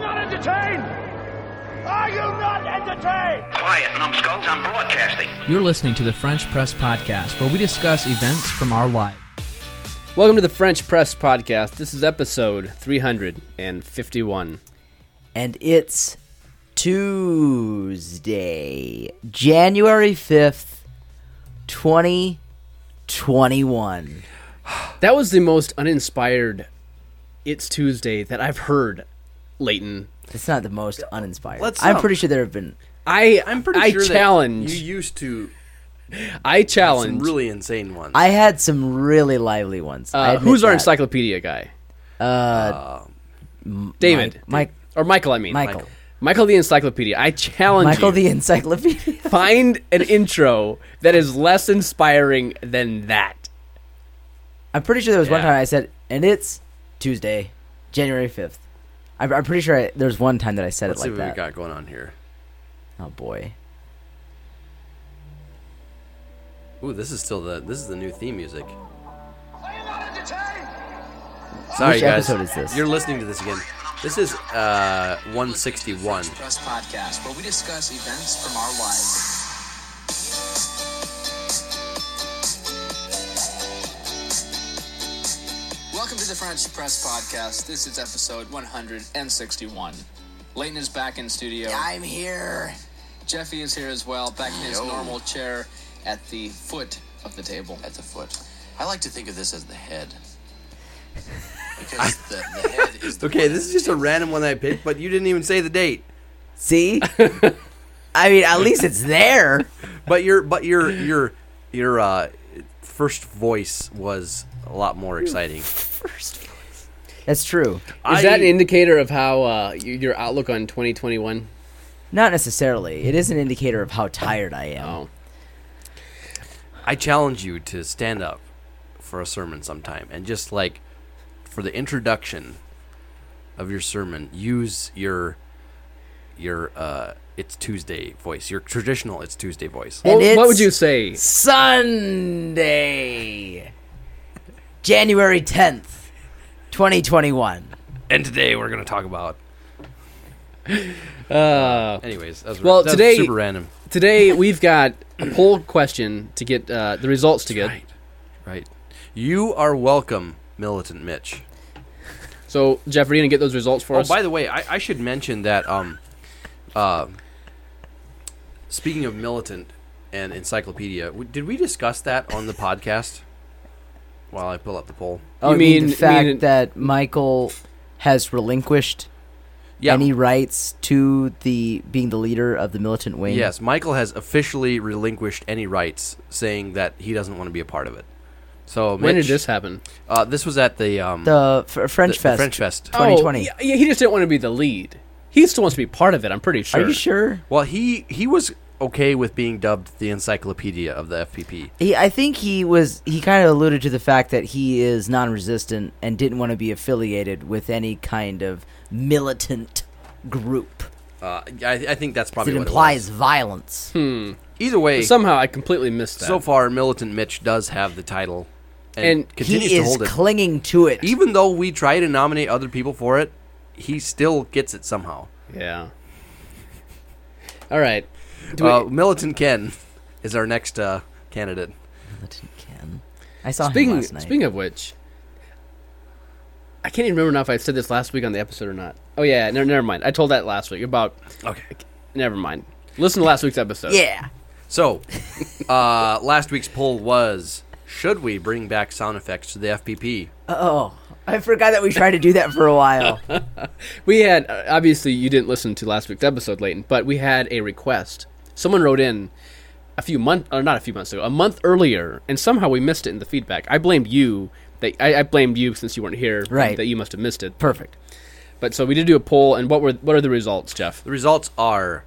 entertained? Are you not entertained? Quiet, numbskulls, I'm broadcasting. You're listening to the French Press Podcast, where we discuss events from our life. Welcome to the French Press Podcast. This is episode 351. and it's Tuesday, January 5th, 2021. That was the most uninspired It's Tuesday that I've heard, Leighton. It's not the most uninspired. Let's I'm not- pretty sure there have been. I I'm pretty I sure that challenge. you used to I some challenge. really insane ones. I had some really lively ones. uh, I admit who's our that. encyclopedia guy? Uh, David. Mike- Or Michael, I mean. Michael. Michael, Michael the encyclopedia. I challenge Michael you. the Encyclopedia. Find an intro that is less inspiring than that. I'm pretty sure there was one Yeah. time I said, and it's Tuesday, January 5th. I'm, I'm pretty sure I, there was one time that I said let's it see like what that. we got going on here. Oh boy. Ooh, this is still the this is the new theme music. Are you not entertained? Sorry, Which guys. episode is this? You're listening to this again. This is uh 161. Press podcast, where we discuss events from our lives. Welcome to the French Press Podcast. This is episode 161. Leighton is back in studio. I'm here. Jeffy is here as well, back in his normal chair at the foot of the table. at the foot. I like to think of this as the head. Because the, the head is the Okay, one this is that- just a random one I picked, but you didn't even say the date. See? I mean, at least it's there. But your but your your your uh first voice was a lot more exciting. That's true. Is that an indicator of how uh, y- your outlook on 2021? Not necessarily. It is an indicator of how tired I am. Oh. I challenge you to stand up for a sermon sometime and just like for the introduction of your sermon, use your your uh it's Tuesday voice, your traditional it's Tuesday voice. And What- what would it's you say? Sunday, January 10th, 2021. And today we're going to talk about uh anyways, that was, well, that was today- super random. Today we've got a poll question to get uh, the results to get. Right. Right. You are welcome, militant Mitch. So Jeff, are you gonna get those results for Oh, us? by the way, I, I should mention that. Um, uh, speaking of militant and encyclopedia, w- did we discuss that on the podcast? While I pull up the poll, Oh, You you mean, mean- the fact mean- that Michael has relinquished yeah, any rights to the being the leader of the militant wing? yes, Michael has officially relinquished any rights, saying that he doesn't want to be a part of it. So when did Mitch, this happen? Uh, this was at the um, The f- uh, French the- the Fest. French Fest. 2020. Oh, yeah, yeah, he just didn't want to be the lead. He still wants to be part of it. I'm pretty Are sure. you sure? Well, he he was okay with being dubbed the encyclopedia of the FPP. He, I think he was. He kind of alluded to the fact that he is non-resistant and didn't want to be affiliated with any kind of militant group. Uh, I, I think that's probably it what implies violence. Hmm. It was. Either way, Somehow I completely missed that. So far, Militant Mitch does have the title and, And continues He to is hold it. clinging to it. Even though we try to nominate other people for it, he still gets it somehow. yeah. All right. Do we- Uh, Militant Ken is our next uh, candidate. Militant Ken. I saw him speaking last night. speaking of which, I can't even remember now if I said this last week on the episode or not. Oh yeah, no, never mind. I told that last week about. Okay. Never mind. Listen to last week's episode. yeah. So, uh, last week's poll was should we bring back sound effects to the FPP? Oh, I forgot that we tried to do that for a while. We had uh, obviously you didn't listen to last week's episode, Leighton, but we had a request. Someone wrote in a few month, or not a few months ago, a month earlier, and somehow we missed it in the feedback. I blamed you. That I, I blamed you since you weren't here. Right. That you must have missed it. Perfect. But so we did do a poll, and what were what are the results, Jeff? The results are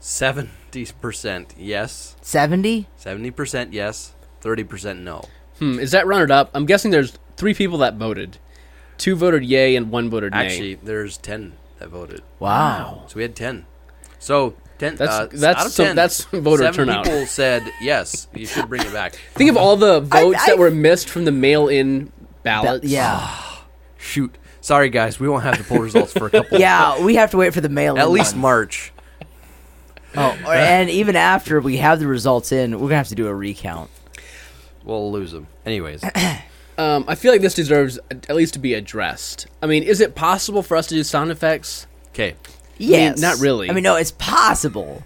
70% yes, Seventy. 70% yes, 30% no. Hmm, is that runner up? I'm guessing there's three people that voted. Two voted yay and one voted nay. Actually, there's 10 that voted. Wow. So we had ten. So ten. That's- uh, that's out of some- 10, that's voter seven turnout. People said yes. You should bring it back. think of all the votes I- that were missed from the mail-in ballots. yeah. Shoot. Sorry, guys, we won't have the poll results for a couple. Yeah, we have to wait for the mail. at least March. Oh, or- and even after we have the results in, we're gonna have to do a recount. We'll lose them. Anyways, Um, I feel like this deserves at least to be addressed. I mean, is it possible for us to do sound effects? okay. Yes, not really. I mean, no, it's possible.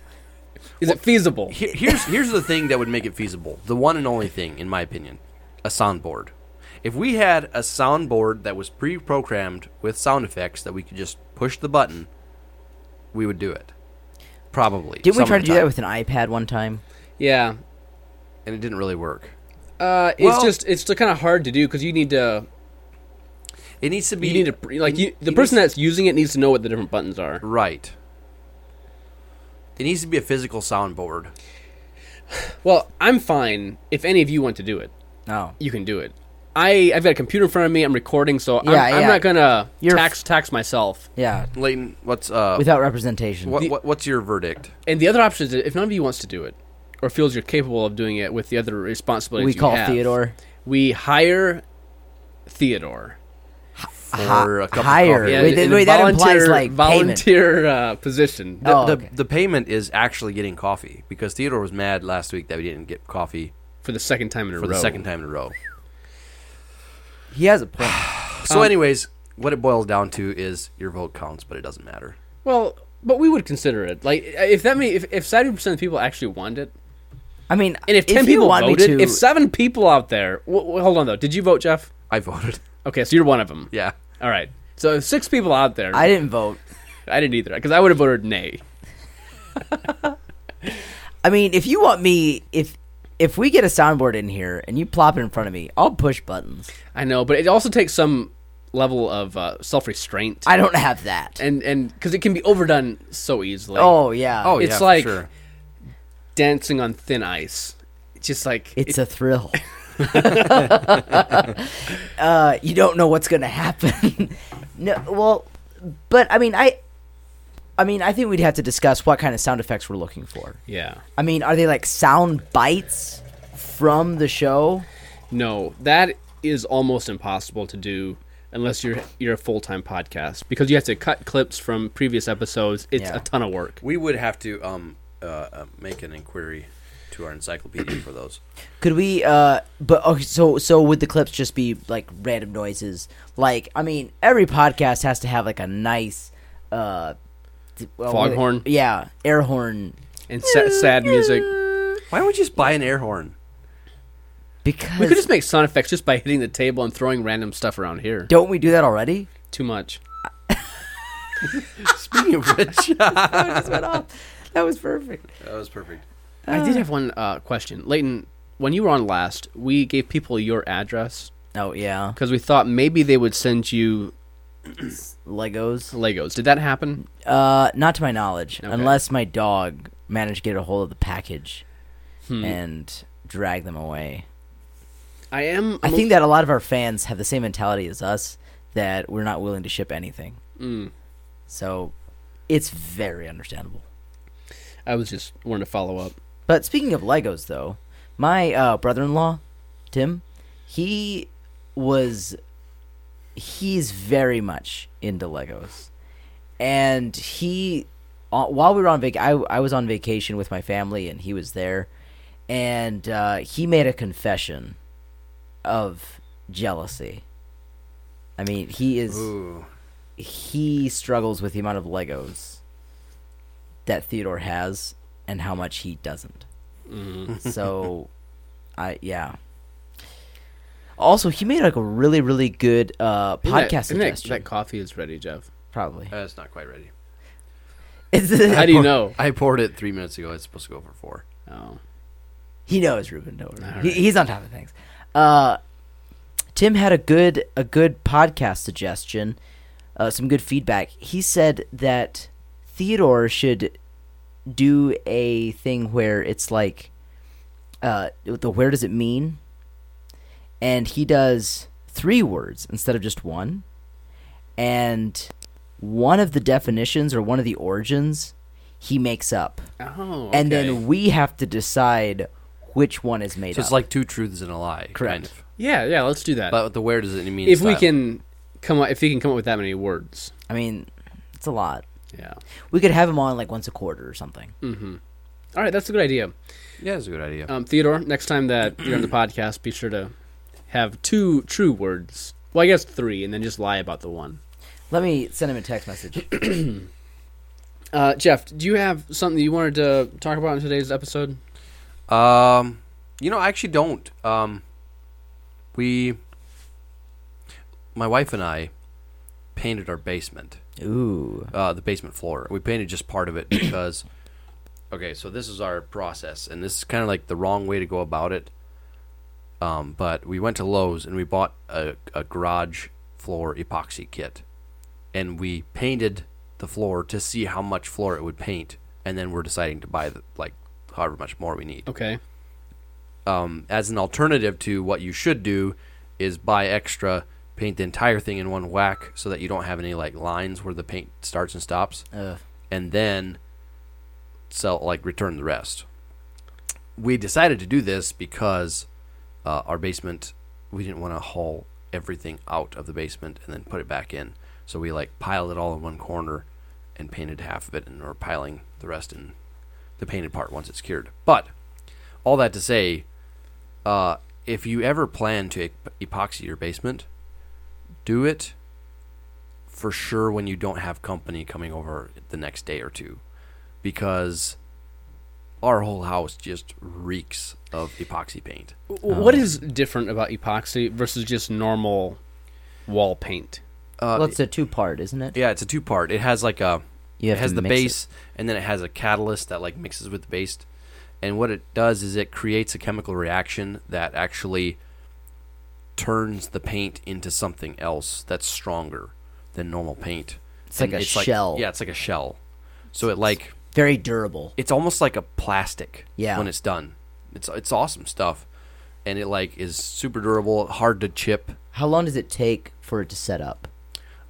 Is it feasible? Here- here's here's the thing that would make it feasible. The one and only thing, in my opinion, a soundboard. If we had a soundboard that was pre-programmed with sound effects that we could just push the button, we would do it. Probably. Didn't we some try of to the do that time. with an iPad one time? Yeah. And it didn't really work. Uh, it's Well- just it's kind of hard to do because you need to It needs to be you need to like you the it person needs- that's using it needs to know what the different buttons are. right. It needs to be a physical soundboard. Well, I'm fine if any of you want to do it. No, You can do it. I I've got a computer in front of me. I'm recording, so I'm, Yeah, yeah. I'm not gonna You're- tax tax myself. yeah, Leighton, what's uh without representation. what, what what's your verdict? And the other option is if none of you wants to do it or feels you're capable of doing it with the other responsibilities we you call have, Theodore We hire Theodore. For a cup of higher. coffee? Yeah, Wait, th- wait, that implies, like, payment. volunteer uh, position. The, Oh, the, okay. the payment is actually getting coffee because Theodore was mad last week that we didn't get coffee for the second time in a row. for the second time in a row. He has a point. So, anyways, what it boils down to is your vote counts, but it doesn't matter. Well, but we would consider it. Like uh, if that many, if if seventy percent of people actually want it, I mean, and if ten you people want voted, me to, if seven people out there, w- w- hold on though, did you vote, Jeff? I voted. Okay, so you're one of them. Yeah. All right. So if six people out there, I didn't vote. I didn't either because I would have voted nay. I mean, if you want me, if if we get a soundboard in here and you plop it in front of me, I'll push buttons. I know, but it also takes some level of uh, self restraint, I don't have that. and and because it can be overdone so easily. oh yeah. Oh, It's yeah, for like- sure. dancing on thin ice. It's just like It's a thrill. uh, you don't know what's gonna happen. no, well, but I mean, I, I mean, I think we'd have to discuss what kind of sound effects we're looking for. yeah. I mean, are they like sound bites from the show? No, that is almost impossible to do unless you're you're a full time podcast because you have to cut clips from previous episodes. It's Yeah. a ton of work. We would have to um uh, uh, make an inquiry to our encyclopedia for those. Could we? uh But okay, so so would the clips just be like random noises? Like, I mean, every podcast has to have like a nice. uh th- well, what- Foghorn? yeah, air horn, And sa- sad music. Why don't we just buy an air horn? because We could just make sound effects just by hitting the table and throwing random stuff around here. don't we do that already? Too much. Speaking of which, that That was perfect. was perfect. I did have one uh, question, Leighton. When you were on last, we gave people your address Oh yeah, because we thought maybe they would send you Legos. Legos. Did that happen? Uh, not to my knowledge, unless my dog managed to get a hold of the package Hmm. and drag them away. I am. I think that a lot of our fans have the same mentality as us that we're not willing to ship anything. So, it's very understandable. I was just wanting to follow up. But speaking of Legos, though, my uh, brother-in-law, Tim, he was he's very much into Legos, and he uh, while we were on vac, I, I was on vacation with my family, and he was there, and uh, he made a confession of jealousy. I mean, he is Ooh. he struggles with the amount of Legos that Theodore has and how much he doesn't. Mm-hmm. so, I yeah. Also, he made like a really really good uh, Isn't that- podcast isn't that- suggestion. that coffee is ready, Jeff. probably. Uh, it's not quite ready. It's- How do you know? I poured it three minutes ago. It's supposed to go for four. Oh. he knows Ruben. Don't worry. He, he's on top of things. Uh, Tim had a good a good podcast suggestion, uh, some good feedback. He said that Theodore should do a thing where it's like uh, the where does it mean, and he does three words instead of just one, and one of the definitions or one of the origins he makes up Oh. and okay. then we have to decide which one is made So up. it's like two truths and a lie. Correct. Kind of. yeah, yeah, let's do that. But the where does it mean? if we style. can come up if he can come up with that many words. I mean, it's a lot. Yeah. We could have him on like once a quarter or something. All right, that's a good idea. Yeah, that's a good idea. Um, Theodore, next time that you're on the podcast, be sure to have two true words. Well, I guess three, and then just lie about the one. Let me send him a text message. Uh, Jeff, do you have something you wanted to talk about in today's episode? Um, you know, I actually don't. Um, we, my wife and I, painted our basement, Ooh. uh, the basement floor. We painted just part of it because, okay, so this is our process, and this is kind of like the wrong way to go about it. Um, but we went to Lowe's and we bought a, a garage floor epoxy kit, and we painted the floor to see how much floor it would paint, and then we're deciding to buy the like however much more we need Okay. um, as an alternative to what you should do is buy extra paint the entire thing in one whack so that you don't have any like lines where the paint starts and stops Ugh. and then sell like return the rest we decided to do this because uh, our basement we didn't want to haul everything out of the basement and then put it back in so we like piled it all in one corner and painted half of it and we're piling the rest in the painted part once it's cured but all that to say uh, if you ever plan to ep- epoxy your basement do it for sure when you don't have company coming over the next day or two because our whole house just reeks of epoxy paint. W What is different about epoxy versus just normal wall paint? well, it's a two part, isn't it? Yeah, it's a two part. It has like a You have it has to the mix it. base and then it has a catalyst that like mixes with the base. And what it does is it creates a chemical reaction that actually turns the paint into something else that's stronger than normal paint. It's like a shell. yeah, it's like a shell. So it like Very durable. it's almost like a plastic Yeah. when it's done. It's it's awesome stuff. And it like is super durable, hard to chip. How long does it take for it to set up?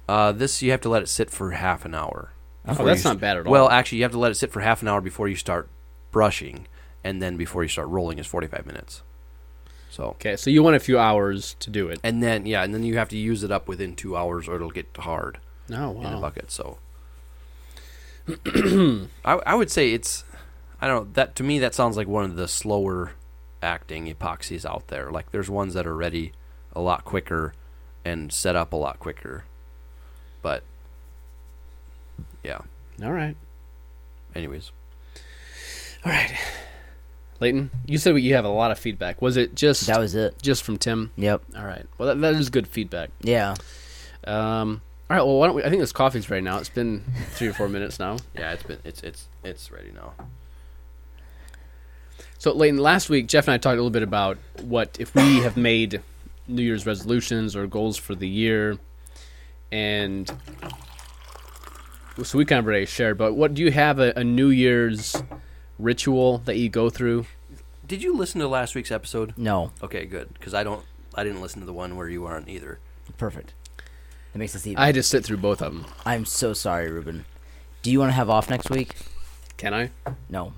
Uh, this you have to let it sit for half an hour. Oh, before that's you- not bad at all. Well, actually, you have to let it sit for half an hour before you start brushing, and then before you start rolling is forty-five minutes. So, okay, so you want a few hours to do it. and then yeah, and then you have to use it up within two hours, or it'll get hard No, in the wow. bucket. So, I I would say it's I don't know that to me that sounds like one of the slower acting epoxies out there. Like there's ones that are ready a lot quicker and set up a lot quicker, but yeah. All right, Anyways, all right. Leighton, you said you have a lot of feedback. Was it just That was it. just from Tim? Yep. All right. Well, that, that is good feedback. Yeah. Um, all right. Well, why don't we? I think this coffee's ready now. It's been three or four minutes now. yeah, it's been it's it's it's ready now. So, Leighton, last week Jeff and I talked a little bit about what if we have made New Year's resolutions or goals for the year, and so we kind of already shared. But what do you have a, a New Year's ritual that you go through? Did you listen to last week's episode? No. Okay, good because I don't I didn't listen to the one where you weren't either. Perfect. That makes us even. I had to sit through both of them. I'm so sorry, Ruben. Do you want to have off next week? Can I? No.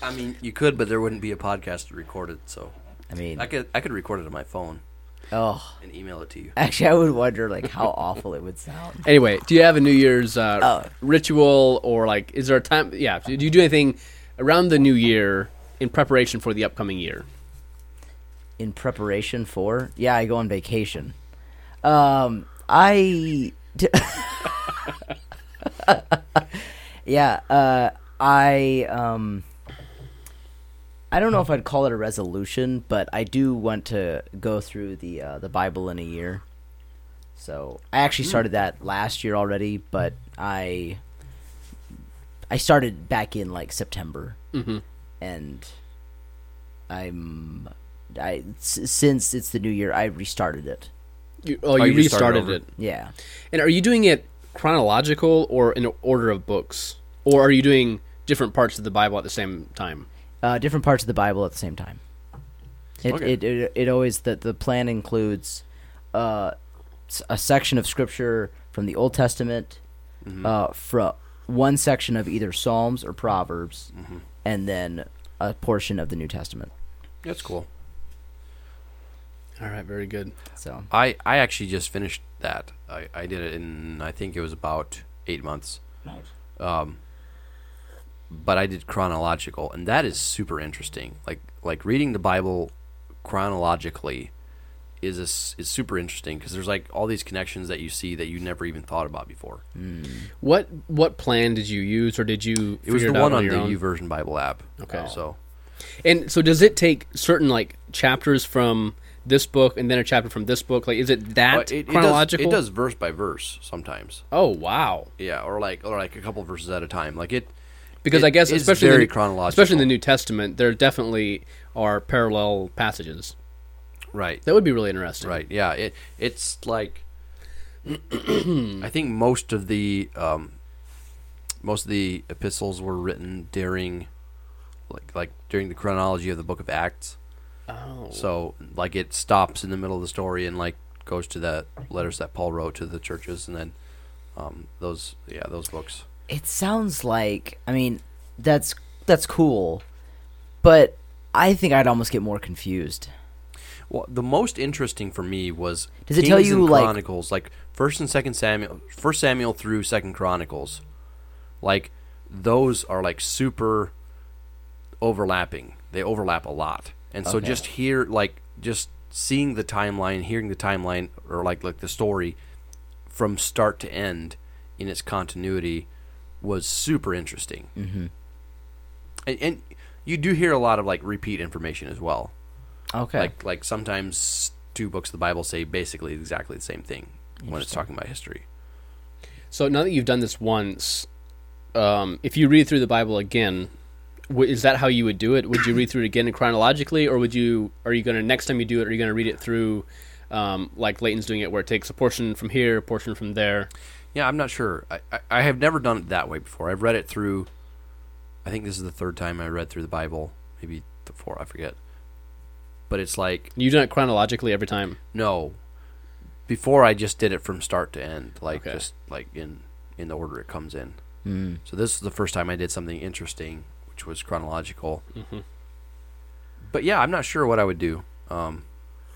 I mean, you could, but there wouldn't be a podcast to record it. So I mean, I could I could record it on my phone oh, and email it to you. actually, I would wonder like how awful it would sound. Anyway, do you have a New Year's uh, ritual or like is there a time? Yeah, do you do anything around the New Year in preparation for the upcoming year? In preparation for, yeah, I go on vacation. Um, I, yeah, uh, I um, I don't know if I'd call it a resolution, but I do want to go through the uh, the Bible in a year. So I actually started that last year already, but I I started back in like September, and I'm I s- since it's the new year, I restarted it. You, oh, you, you just started restarted over. it. Yeah, And are you doing it chronological or in order of books? Or are you doing different parts of the Bible at the same time? uh, different parts of the Bible at the same time. It it, it it always the the plan includes uh, s- a section of scripture from the Old Testament, uh, from one section of either Psalms or Proverbs, and then a portion of the New Testament. That's cool. All right, very good. So I, I actually just finished that. I, I did it in I think it was about eight months. Um, but I did chronological, and that is super interesting. Like like reading the Bible chronologically is a s is super interesting because there's like all these connections that you see that you never even thought about before. What what plan did you use, or did you? It was figure the out one on your the own? U Version Bible app. Okay. so And so, does it take certain like chapters from this book and then a chapter from this book? Like, is it that But it, it does, chronological? it does verse by verse sometimes. Oh wow! Yeah, or like or like a couple verses at a time. Like it Because it I guess is especially very in the, chronological. especially in the New Testament, there definitely are parallel passages. right. That would be really interesting. Right. Yeah. It it's like I think most of the um, most of the epistles were written during like like during the chronology of the Book of Acts. Oh. So like it stops in the middle of the story and like goes to the letters that Paul wrote to the churches and then um, those yeah those books. it sounds like I mean that's that's cool, but I think I'd almost get more confused. Well, the most interesting for me was Does it tell Kings you, and like- Chronicles, like First and Second Samuel, First Samuel through Second Chronicles, like those are like super overlapping. They overlap a lot, and so just here, like just seeing the timeline, hearing the timeline, or like like the story from start to end in its continuity was super interesting. Mm-hmm. And, and you do hear a lot of like repeat information as well. Okay. Like like sometimes two books of the Bible say basically exactly the same thing when it's talking about history. So now that you've done this once, um, if you read through the Bible again, w- is that how you would do it? Would you read through it again chronologically, or would you? Are you going to next time you do it? Are you going to read it through, um, like Leighton's doing it, where it takes a portion from here, a portion from there? Yeah, I'm not sure. I, I, I have never done it that way before. I've read it through. I think this is the third time I read through the Bible, maybe the four. I forget. But it's like You done it chronologically every time. no. Before I just did it from start to end, like Okay. just like in in the order it comes in. Mm. So this is the first time I did something interesting, which was chronological. Mm-hmm. But yeah, I'm not sure what I would do. Um,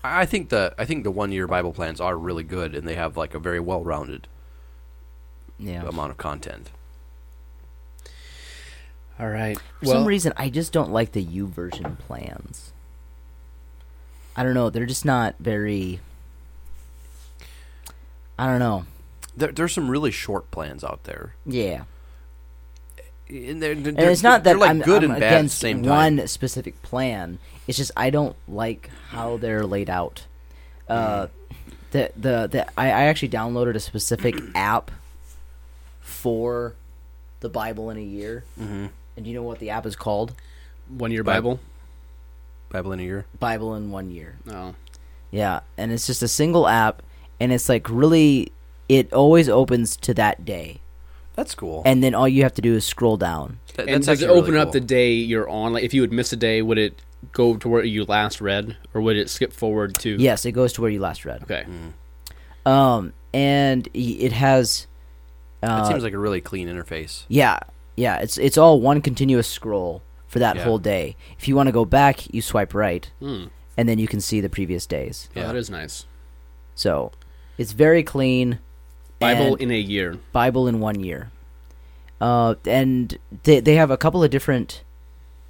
I I think the I think the one year Bible plans are really good, and they have like a very well rounded yeah. amount of content. All right. For some reason, I just don't like the U version plans. I don't know. They're just not very. I don't know. There, there's some really short plans out there, Yeah, and, they're, they're, and it's not that they're like I'm, good I'm and bad at the against same time. one specific plan. It's just I don't like how they're laid out. Uh, the the, the I, I actually downloaded a specific app for the Bible in a year, mm-hmm. and do you know what the app is called? one year Bible. Bible in a year. Bible in one year. No. Yeah, and it's just a single app, and it's like really, it always opens to that day, That's cool. and then all you have to do is scroll down. That- And that's does it actually open really up the cool. day you're on? Like, if you would miss a day, would it go to where you last read, or would it skip forward to? Yes, it goes to where you last read. Okay. Um, and y- it has, Uh, That seems like a really clean interface. yeah, yeah, it's it's all one continuous scroll for that Yeah. whole day. If you want to go back, you swipe right, and then you can see the previous days. Hmm. Yeah, that is nice. So, it's very clean. Bible and- in a year. Bible in one year. Uh, and they they have a couple of different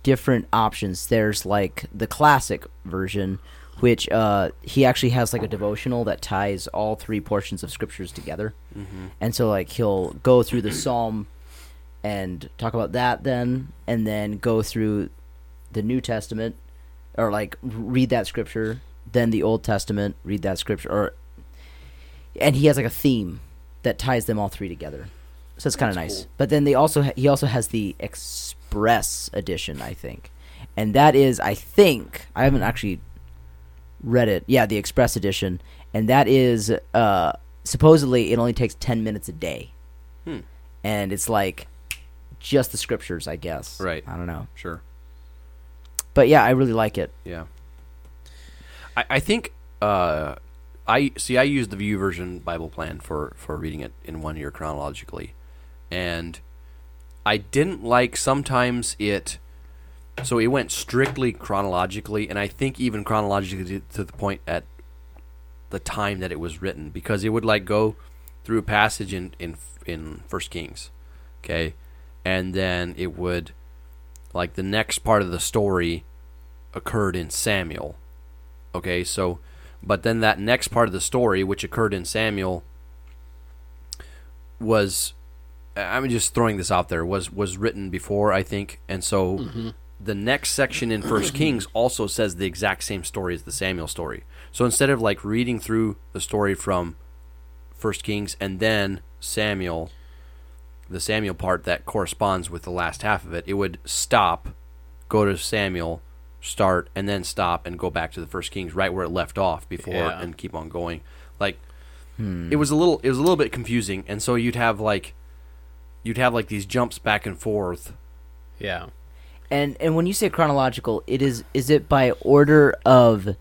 different options. There's like the classic version, which uh, he actually has like a devotional that ties all three portions of scriptures together. And so like he'll go through the psalm and talk about that then, and then go through the New Testament or like read that scripture, then the Old Testament, read that scripture, or and he has like a theme that ties them all three together. So it's kind of nice. But then they also ha- he also has the express edition, I think, and that is I think I haven't actually read it. Yeah, the express edition, and that is uh, supposedly it only takes ten minutes a day, and it's like just the scriptures, I guess. Right. I don't know, Sure. but yeah, I really like it. Yeah. I, I think uh, I see. I use the View version Bible plan for for reading it in one year chronologically, and I didn't like sometimes it. So it went strictly chronologically, and I think even chronologically to- to the point at the time that it was written because it would like go through a passage in in in First Kings, okay, and then it would like the next part of the story occurred in Samuel, okay, so but then that next part of the story which occurred in Samuel was I'm just throwing this out there was was written before I think, and so the next section in First Kings also says the exact same story as the Samuel story. So instead of like reading through the story from First Kings and then Samuel, the Samuel part that corresponds with the last half of it, it would stop, go to Samuel, start, and then stop and go back to the First Kings right where it left off before Yeah. and keep on going. Like it was a little it was a little bit confusing, and so you'd have like you'd have like these jumps back and forth. Yeah. And and when you say chronological, it is is it by order of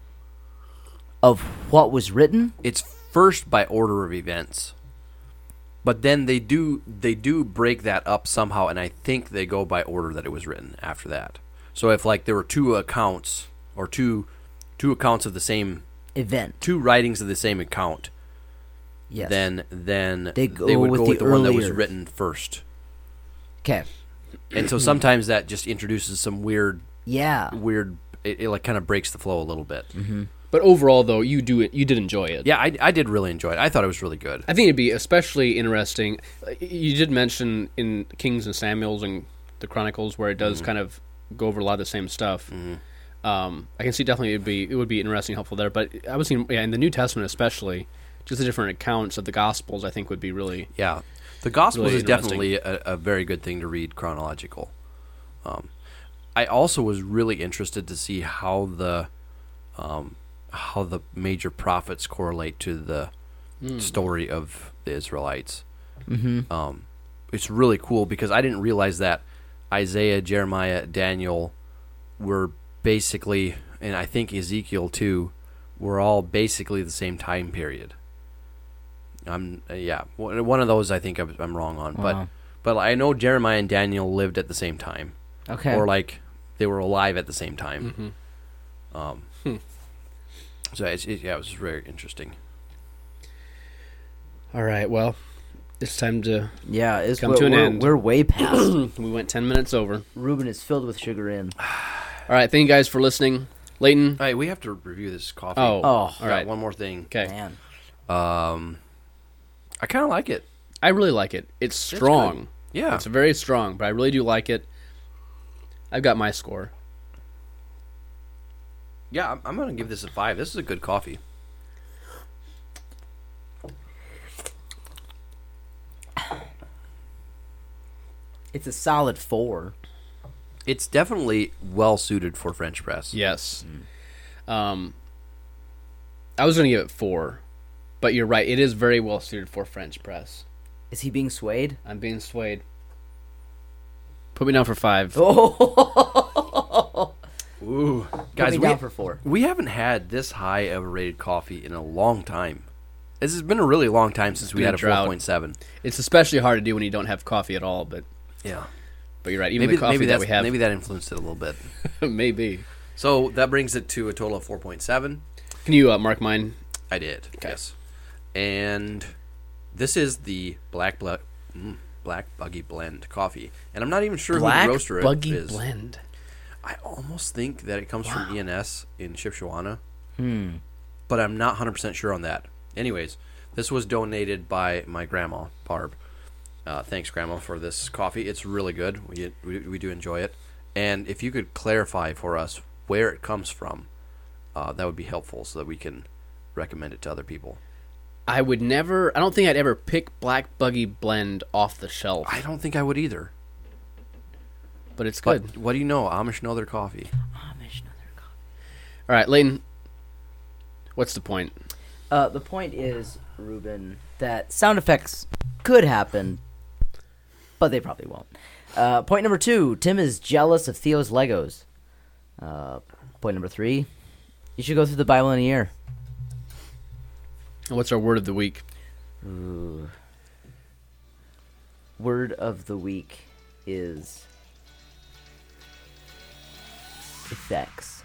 of what was written? It's first by order of events. But then they do they do break that up somehow and I think they go by order that it was written after that. So if like there were two accounts or two two accounts of the same Event. two writings of the same account, Yes. then then They they, go would with go the with the one that was earlier. written first. Okay. And so sometimes that just introduces some weird Yeah. weird it, it like kind of breaks the flow a little bit. Mm-hmm. But overall, though, you do it. You did enjoy it. Yeah, I, I did really enjoy it. I thought it was really good. I think it'd be especially interesting. You did mention in Kings and Samuels and the Chronicles where it does kind of go over a lot of the same stuff. Um, I can see definitely it'd be it would be interesting, helpful there. But I was thinking, yeah, in the New Testament especially, just the different accounts of the Gospels, I think would be really Yeah, the Gospels Really is definitely a, a very good thing to read chronological. Um, I also was really interested to see how the um, how the major prophets correlate to the story of the Israelites. Mm-hmm. Um, it's really cool because I didn't realize that Isaiah, Jeremiah, Daniel were basically, and I think Ezekiel too, were all basically the same time period. I'm uh, yeah. One one of those I think I'm, I'm wrong on, but but I know Jeremiah and Daniel lived at the same time, Okay. or like they were alive at the same time. Um, Hmm. so it's, it, yeah, it was very interesting. all right. Well, it's time to. yeah. It's, Come we're, to an we're- end. We're way past. We went ten minutes over. All Ruben is filled with chagrin. right. Thank you guys for listening, Leighton. All right, we have to review this coffee. Oh, Oh, all I got right. one more thing. Okay, Man. I kind of like it. I really like it. It's strong. Yeah, It's very strong, but I really do like it. I've got my score. yeah. I'm, I'm gonna give this a five. This is a good coffee. It's a solid four. It's definitely well suited for French press. Yes. Um, I was going to give it four, but you're right. It is very well suited for French press. Is he being swayed? I'm being swayed. Put me down for five. Oh, Ooh, guys, guys, we, down for four. we haven't had this high of a rated coffee in a long time. This has been a really long time since we been had a a drought. four point seven. It's especially hard to do when you don't have coffee at all. But Yeah. but you're right. Even Maybe, the coffee maybe that that we have, maybe that influenced it a little bit. maybe. So that brings it to a total of four point seven. Can you uh, mark mine? I did. Yes. And this is the black Blu- mm, black buggy blend coffee, and I'm not even sure who the roaster buggy is. blend. I almost think that it comes from ENS in Shipshawana. Hmm. But I'm not 100% sure on that. Anyways, this was donated by my grandma, Barb. Uh, thanks, Grandma, for this coffee. It's really good. We, we, we do enjoy it. And if you could clarify for us where it comes from, uh, that would be helpful so that we can recommend it to other people. I would never. I don't think I'd ever pick black buggy blend off the shelf. I don't think I would either. But it's good. But what do you know? Amish know their coffee. All right, Layton. What's the point? Uh, the point is, Ruben, that sound effects could happen, but they probably won't. Uh, point number two: Tim is jealous of Theo's Legos. Uh, point number three: You should go through the Bible in a year. What's our word of the week? Word of the week is effects.